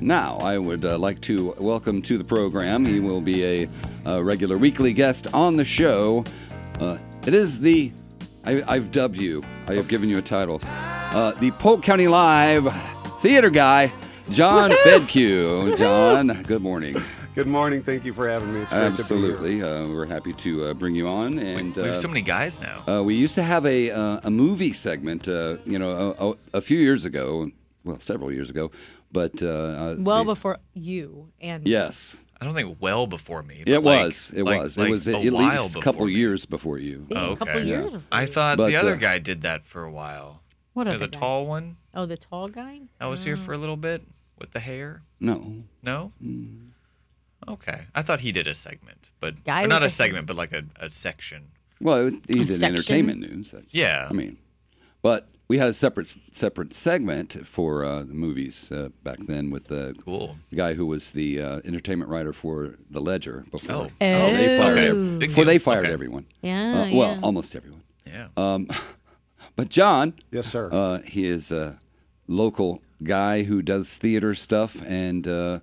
Now, I would uh, like to welcome to the program. He will be a, uh regular weekly guest on the show. Uh, it is the, I, I've dubbed you, I have given you a title, uh, the Polk County Live theater guy, John Fedcue. John, good morning. Good morning. Thank you for having me. It's great To be Absolutely. Uh, we're happy to uh, bring you on. And we have uh, so many guys now. Uh, we used to have a uh, a movie segment, uh, you know, a, a, a few years ago, well, several years ago, but uh, uh, Well the- before you and yes, I don't think well before me. but it like- was, it like- was, like it was a at while least a couple before me. years before you. Uh, Yeah, Oh, a couple okay. years. Yeah. I I thought But, the other uh, guy did that for a while. You what know, other the guy? tall one Oh, the tall guy. that was here for a little bit with the hair. No, No. Mm-hmm. Okay, I thought he did a segment, but Guy or with not the a segment, but like a, a section. well, it, he did section? entertainment news. that's- Yeah. I mean, but we had a separate separate segment for uh, the movies uh, back then with the Cool. the guy who was the uh, entertainment writer for the Ledger before. Oh. Oh, they fired okay. ev- Big before they deal. fired Okay. everyone. Yeah, Uh, well, yeah. almost everyone. Yeah. Uh, But John, Yes, sir. Uh, he is a local guy who does theater stuff, and uh,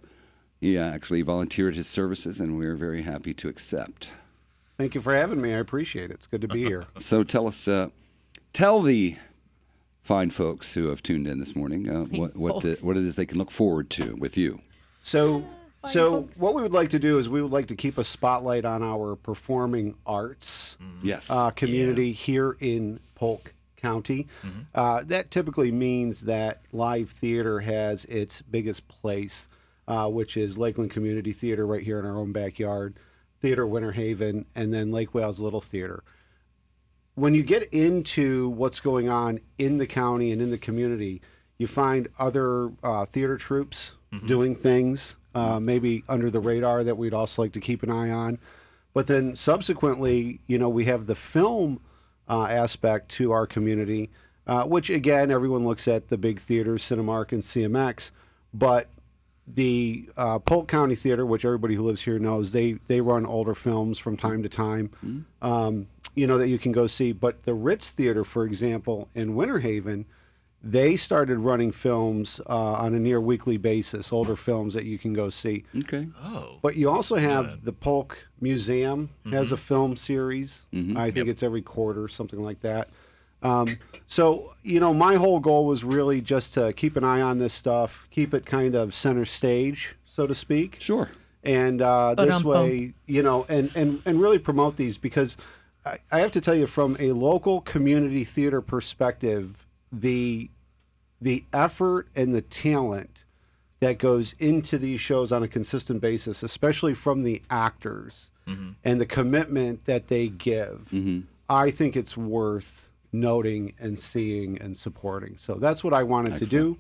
he actually volunteered his services, and we are very happy to accept. Thank you for having me. I appreciate it. It's good to be here. So tell us, uh, tell the fine folks who have tuned in this morning uh, what what, uh, what it is they can look forward to with you. So, so folks. what we would like to do is we would like to keep a spotlight on our performing arts Yes, uh, community here in Polk County. Mm-hmm. Uh, that typically means that live theater has its biggest place, uh, which is Lakeland Community Theater right here in our own backyard, Theater Winter Haven, and then Lake Wales Little Theater. when you get into what's going on in the county and in the community, you find other uh, theater troops doing things, uh, maybe under the radar that we'd also like to keep an eye on. But then subsequently, you know, we have the film uh, aspect to our community, uh, which again, everyone looks at the big theaters, Cinemark and CMX, but the uh, Polk County Theater, which everybody who lives here knows, they they run older films from time to time, um, you know that you can go see. But the Ritz Theater, for example, in Winter Haven, they started running films uh, on a near weekly basis, older films that you can go see. okay, oh. But you also have the Polk Museum has a film series. I think it's every quarter, something like that. Um, so you know, my whole goal was really just to keep an eye on this stuff, keep it kind of center stage, so to speak sure. and uh, this Ba-dum-bum. way, you know, and, and, and really promote these because I, I have to tell you, from a local community theater perspective, the the effort and the talent that goes into these shows on a consistent basis, especially from the actors and the commitment that they give, I think it's worth noting and seeing and supporting. So that's what I wanted to do.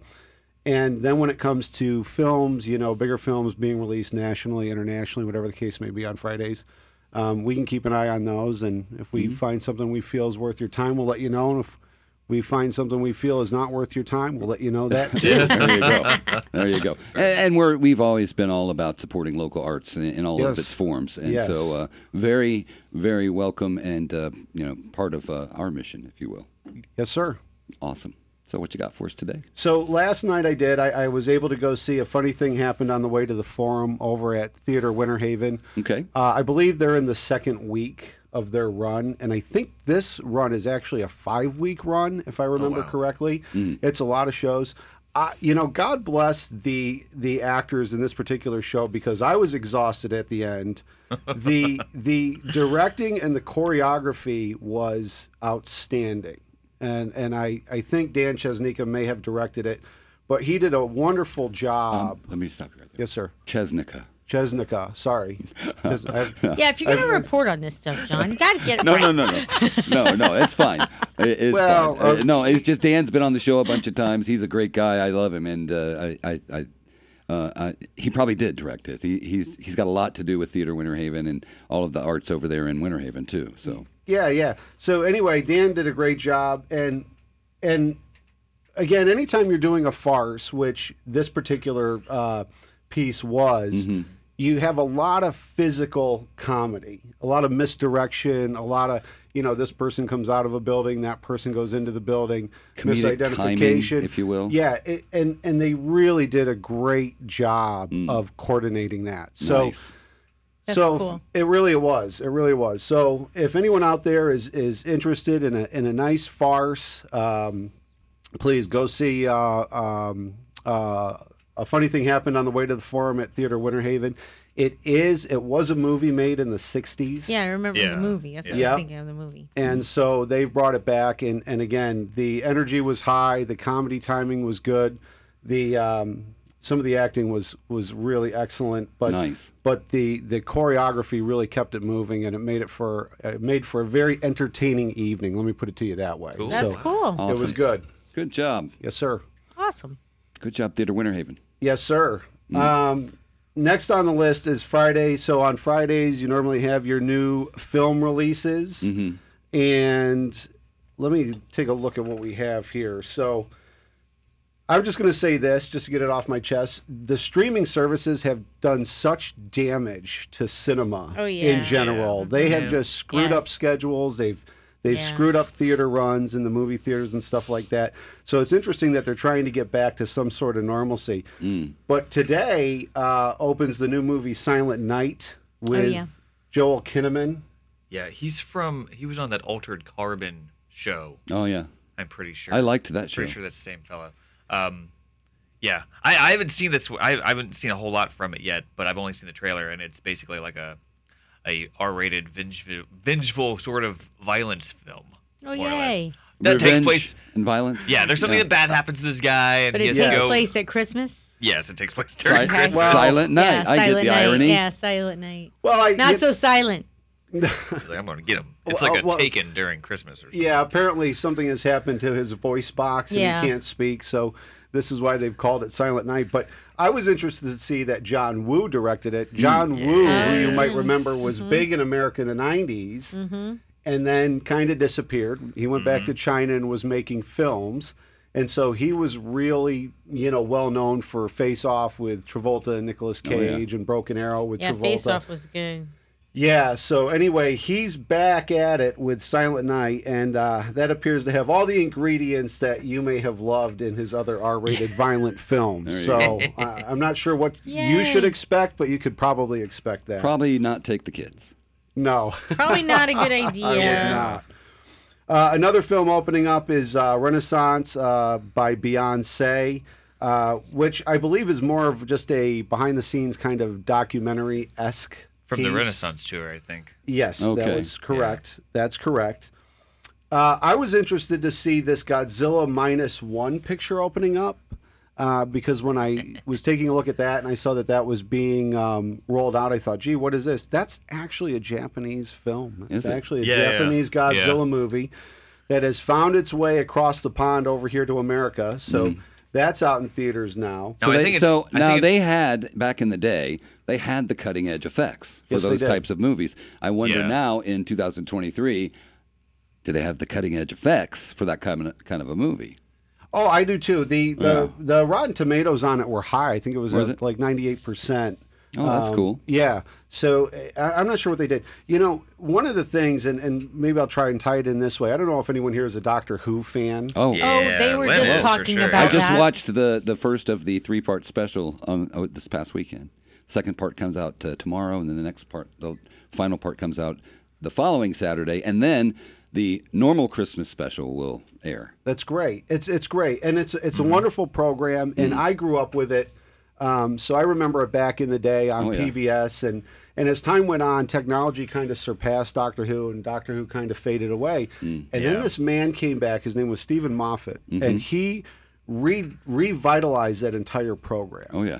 And then when it comes to films, you know, bigger films being released nationally, internationally, whatever the case may be on Fridays, um, we can keep an eye on those. And if we find something we feel is worth your time, we'll let you know. And if we find something we feel is not worth your time, we'll let you know that. too. There you go. There you go. And, and we're we've always been all about supporting local arts in, in all of Yes. its forms, and Yes. so uh, very very welcome and uh, you know part of uh, our mission, if you will. yes, sir. Awesome. So what you got for us today? So last night I did. I, I was able to go see a funny thing happened on the way to the forum over at Theater Winter Haven. Okay. Uh, I believe they're in the second week of their run, and I think this run is actually a five-week run, if I remember correctly. It's a lot of shows. Uh, you know, God bless the the actors in this particular show because I was exhausted at the end. the The directing and the choreography was outstanding, and and I I think Dan Chesnica may have directed it, but he did a wonderful job. Let me stop you right there. yes, sir. Chesnica. Chesnica, sorry. Ches- I- Yeah, if you're gonna report on this stuff, John, you gotta get it No, right. no, no, no, no, no. It's fine. It- It's Well, fine. Uh, uh, no, it's just Dan's been on the show a bunch of times. He's a great guy. I love him, and uh, I, I, I, uh, I, he probably did direct it. He, he's he's got a lot to do with Theater Winter Haven and all of the arts over there in Winter Haven too. So Yeah, yeah. So anyway, Dan did a great job, and and again, anytime you're doing a farce, which this particular uh, piece was, Mm-hmm. you have a lot of physical comedy, a lot of misdirection, a lot of you know, this person comes out of a building, that person goes into the building, Comedic timing, misidentification, if you will. Yeah, it, and and they really did a great job of coordinating that. Oh. So Mm. Nice. That's so cool. it really was. It really was. So if anyone out there is is interested in a in a nice farce, um, please go see. Uh, um, uh, a funny thing happened on the way to the forum at Theater Winter Haven. It is. It was a movie made in the '60s. Yeah, I remember Yeah. the movie. That's what I Yeah. was thinking of the movie. And so they've brought it back, and, and again, the energy was high, the comedy timing was good, the um, some of the acting was was really excellent, but Nice. but the the choreography really kept it moving, and it made it for it made for a very entertaining evening. Let me put it to you that way. Cool. That's uh, So, cool. It was good. Good job. Yes, sir. Awesome. Good job, Theater Winter Haven. Yes, sir. Um, next on the list is Friday. So on Fridays, you normally have your new film releases. And let me take a look at what we have here. So I'm just going to say this, just to get it off my chest. The streaming services have done such damage to cinema Oh, yeah. Mm-hmm. in general. They have just screwed up Yes. schedules. They've they've Yeah. screwed up theater runs and the movie theaters and stuff like that. So it's interesting that they're trying to get back to some sort of normalcy. But today uh, opens the new movie Silent Night with Oh, yeah. Joel Kinnaman. Yeah, he's from. He was on that Altered Carbon show. Oh yeah, I'm pretty sure. I liked that show. Pretty sure that's the same fella. Um, yeah, I, I haven't seen this. I, I haven't seen a whole lot from it yet, but I've only seen the trailer, and it's basically like a a R-rated vengeful, vengeful sort of violence film. Oh, more or less. yay. That takes Revenge place. and violence. Yeah, there's something bad happens to this guy, and But he has it to takes go- place at Christmas. Yes, it takes place during. Si- Okay. silent night. Yeah, I silent get the night. irony. Yeah, silent night. Well, I Not you- so silent. He's like, I'm going to get him. It's Well, like uh, a well- taken during Christmas or something. Yeah, apparently something has happened to his voice box and Yeah. he can't speak. So this is why they've called it Silent Night. But I was interested to see that John Woo directed it. John Woo, who you might remember, was Mm-hmm. big in America in the 90s and then kind of disappeared. He went back to China and was making films. And so he was really, you know, well known for Face Off with Travolta and Nicolas Cage and Broken Arrow with Yeah, Travolta. Face Off was good. Yeah, so anyway, he's back at it with Silent Night, and uh, that appears to have all the ingredients that you may have loved in his other R rated violent films. There So uh, I'm not sure what you should Yay. expect, but you could probably expect that. Probably not take the kids. no. Probably not a good idea. not. Uh, another film opening up is uh, Renaissance uh, by Beyonce, uh, which I believe is more of just a behind the scenes kind of documentary esque. From the Renaissance tour, I think. Yes, Okay. that was correct. That's correct. Uh, I was interested to see this Godzilla minus one picture opening up uh, because when I was taking a look at that and I saw that that was being um, rolled out, I thought, "Gee, what is this?" That's actually a Japanese film. Is It's it? actually a Yeah, yeah, Japanese yeah. Godzilla movie that has found its way across the pond over here to America. So Mm-hmm. that's out in theaters now. No, I they, think it's- so I now think they it's- had back in the day, they had the cutting edge effects for Yes, they those did. types of movies. I wonder Yeah. now in 2023, do they have the cutting edge effects for that kind of, kind of a movie? Oh, I do too. The the, the Rotten Tomatoes on it were high. I think it was, Was at, it? like ninety eight percent. Oh, that's Um, cool. Yeah. So uh, I, I'm not sure what they did. You know, one of the things, and, and maybe I'll try and tie it in this way. I don't know if anyone here is a Doctor Who fan. Oh, Oh, they were Lynn just is for talking sure. I about just that. watched the the first of the three part special on oh, this past weekend. Second part comes out uh, tomorrow, and then the next part, the final part comes out the following Saturday, and then the normal Christmas special will air. That's great. It's it's great, and it's it's a Mm-hmm. wonderful program. And I grew up with it, um, so I remember it back in the day on Oh, yeah. PBS. And and as time went on, technology kind of surpassed Doctor Who, and Doctor Who kind of faded away. Mm. and then this man came back. His name was Stephen Moffat, Mm-hmm. and he re- revitalized that entire program Oh yeah,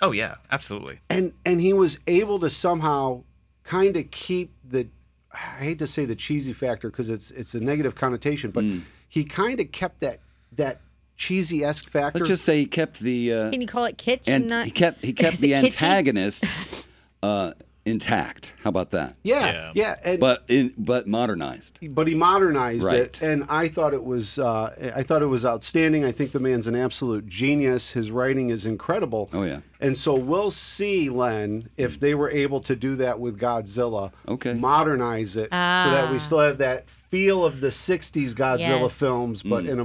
Oh, yeah, absolutely. and and he was able to somehow kind of keep the I hate to say the cheesy factor because it's it's a negative connotation, but he kind of kept that that cheesy esque factor. let's just say he kept the uh, Can you call it kitsch? and not, he kept he kept Is the it kitschy? antagonists uh, intact. How about that? Yeah, Yeah. yeah. And, but, But in but modernized. he modernized Right. it, and I thought it was uh, I thought it was outstanding. I think the man's an absolute genius. His writing is incredible. Oh, yeah. And so we'll see, Len, if they were able to do that with Godzilla. Okay. Modernize it so that we Ah. still have that feel of the '60s Godzilla Yes. films, Mm. but in a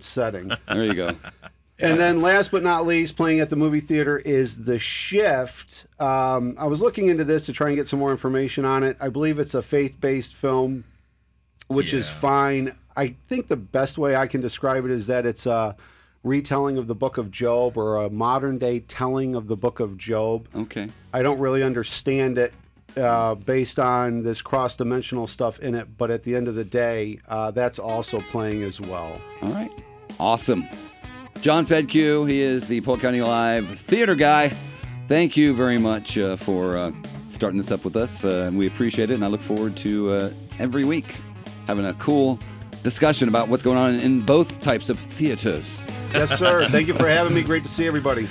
setting. There you go. And then, last but not least, playing at the movie theater is The Shift. Um, I was looking into this to try and get some more information on it. I believe it's a faith based film, which is Yeah. fine. I think the best way I can describe it is that it's a retelling of the book of Job or a modern day telling of the book of Job. Okay. I don't really understand it uh, based on this cross dimensional stuff in it, but at the end of the day, uh, that's also playing as well. All right. Awesome. John Fedke, he is the Polk County Live theater guy. Thank you very much uh, for uh, starting this up with us. Uh, and we appreciate it, and I look forward to uh, every week having a cool discussion about what's going on in both types of theaters. Yes, sir. Thank you for having me. Great to see everybody.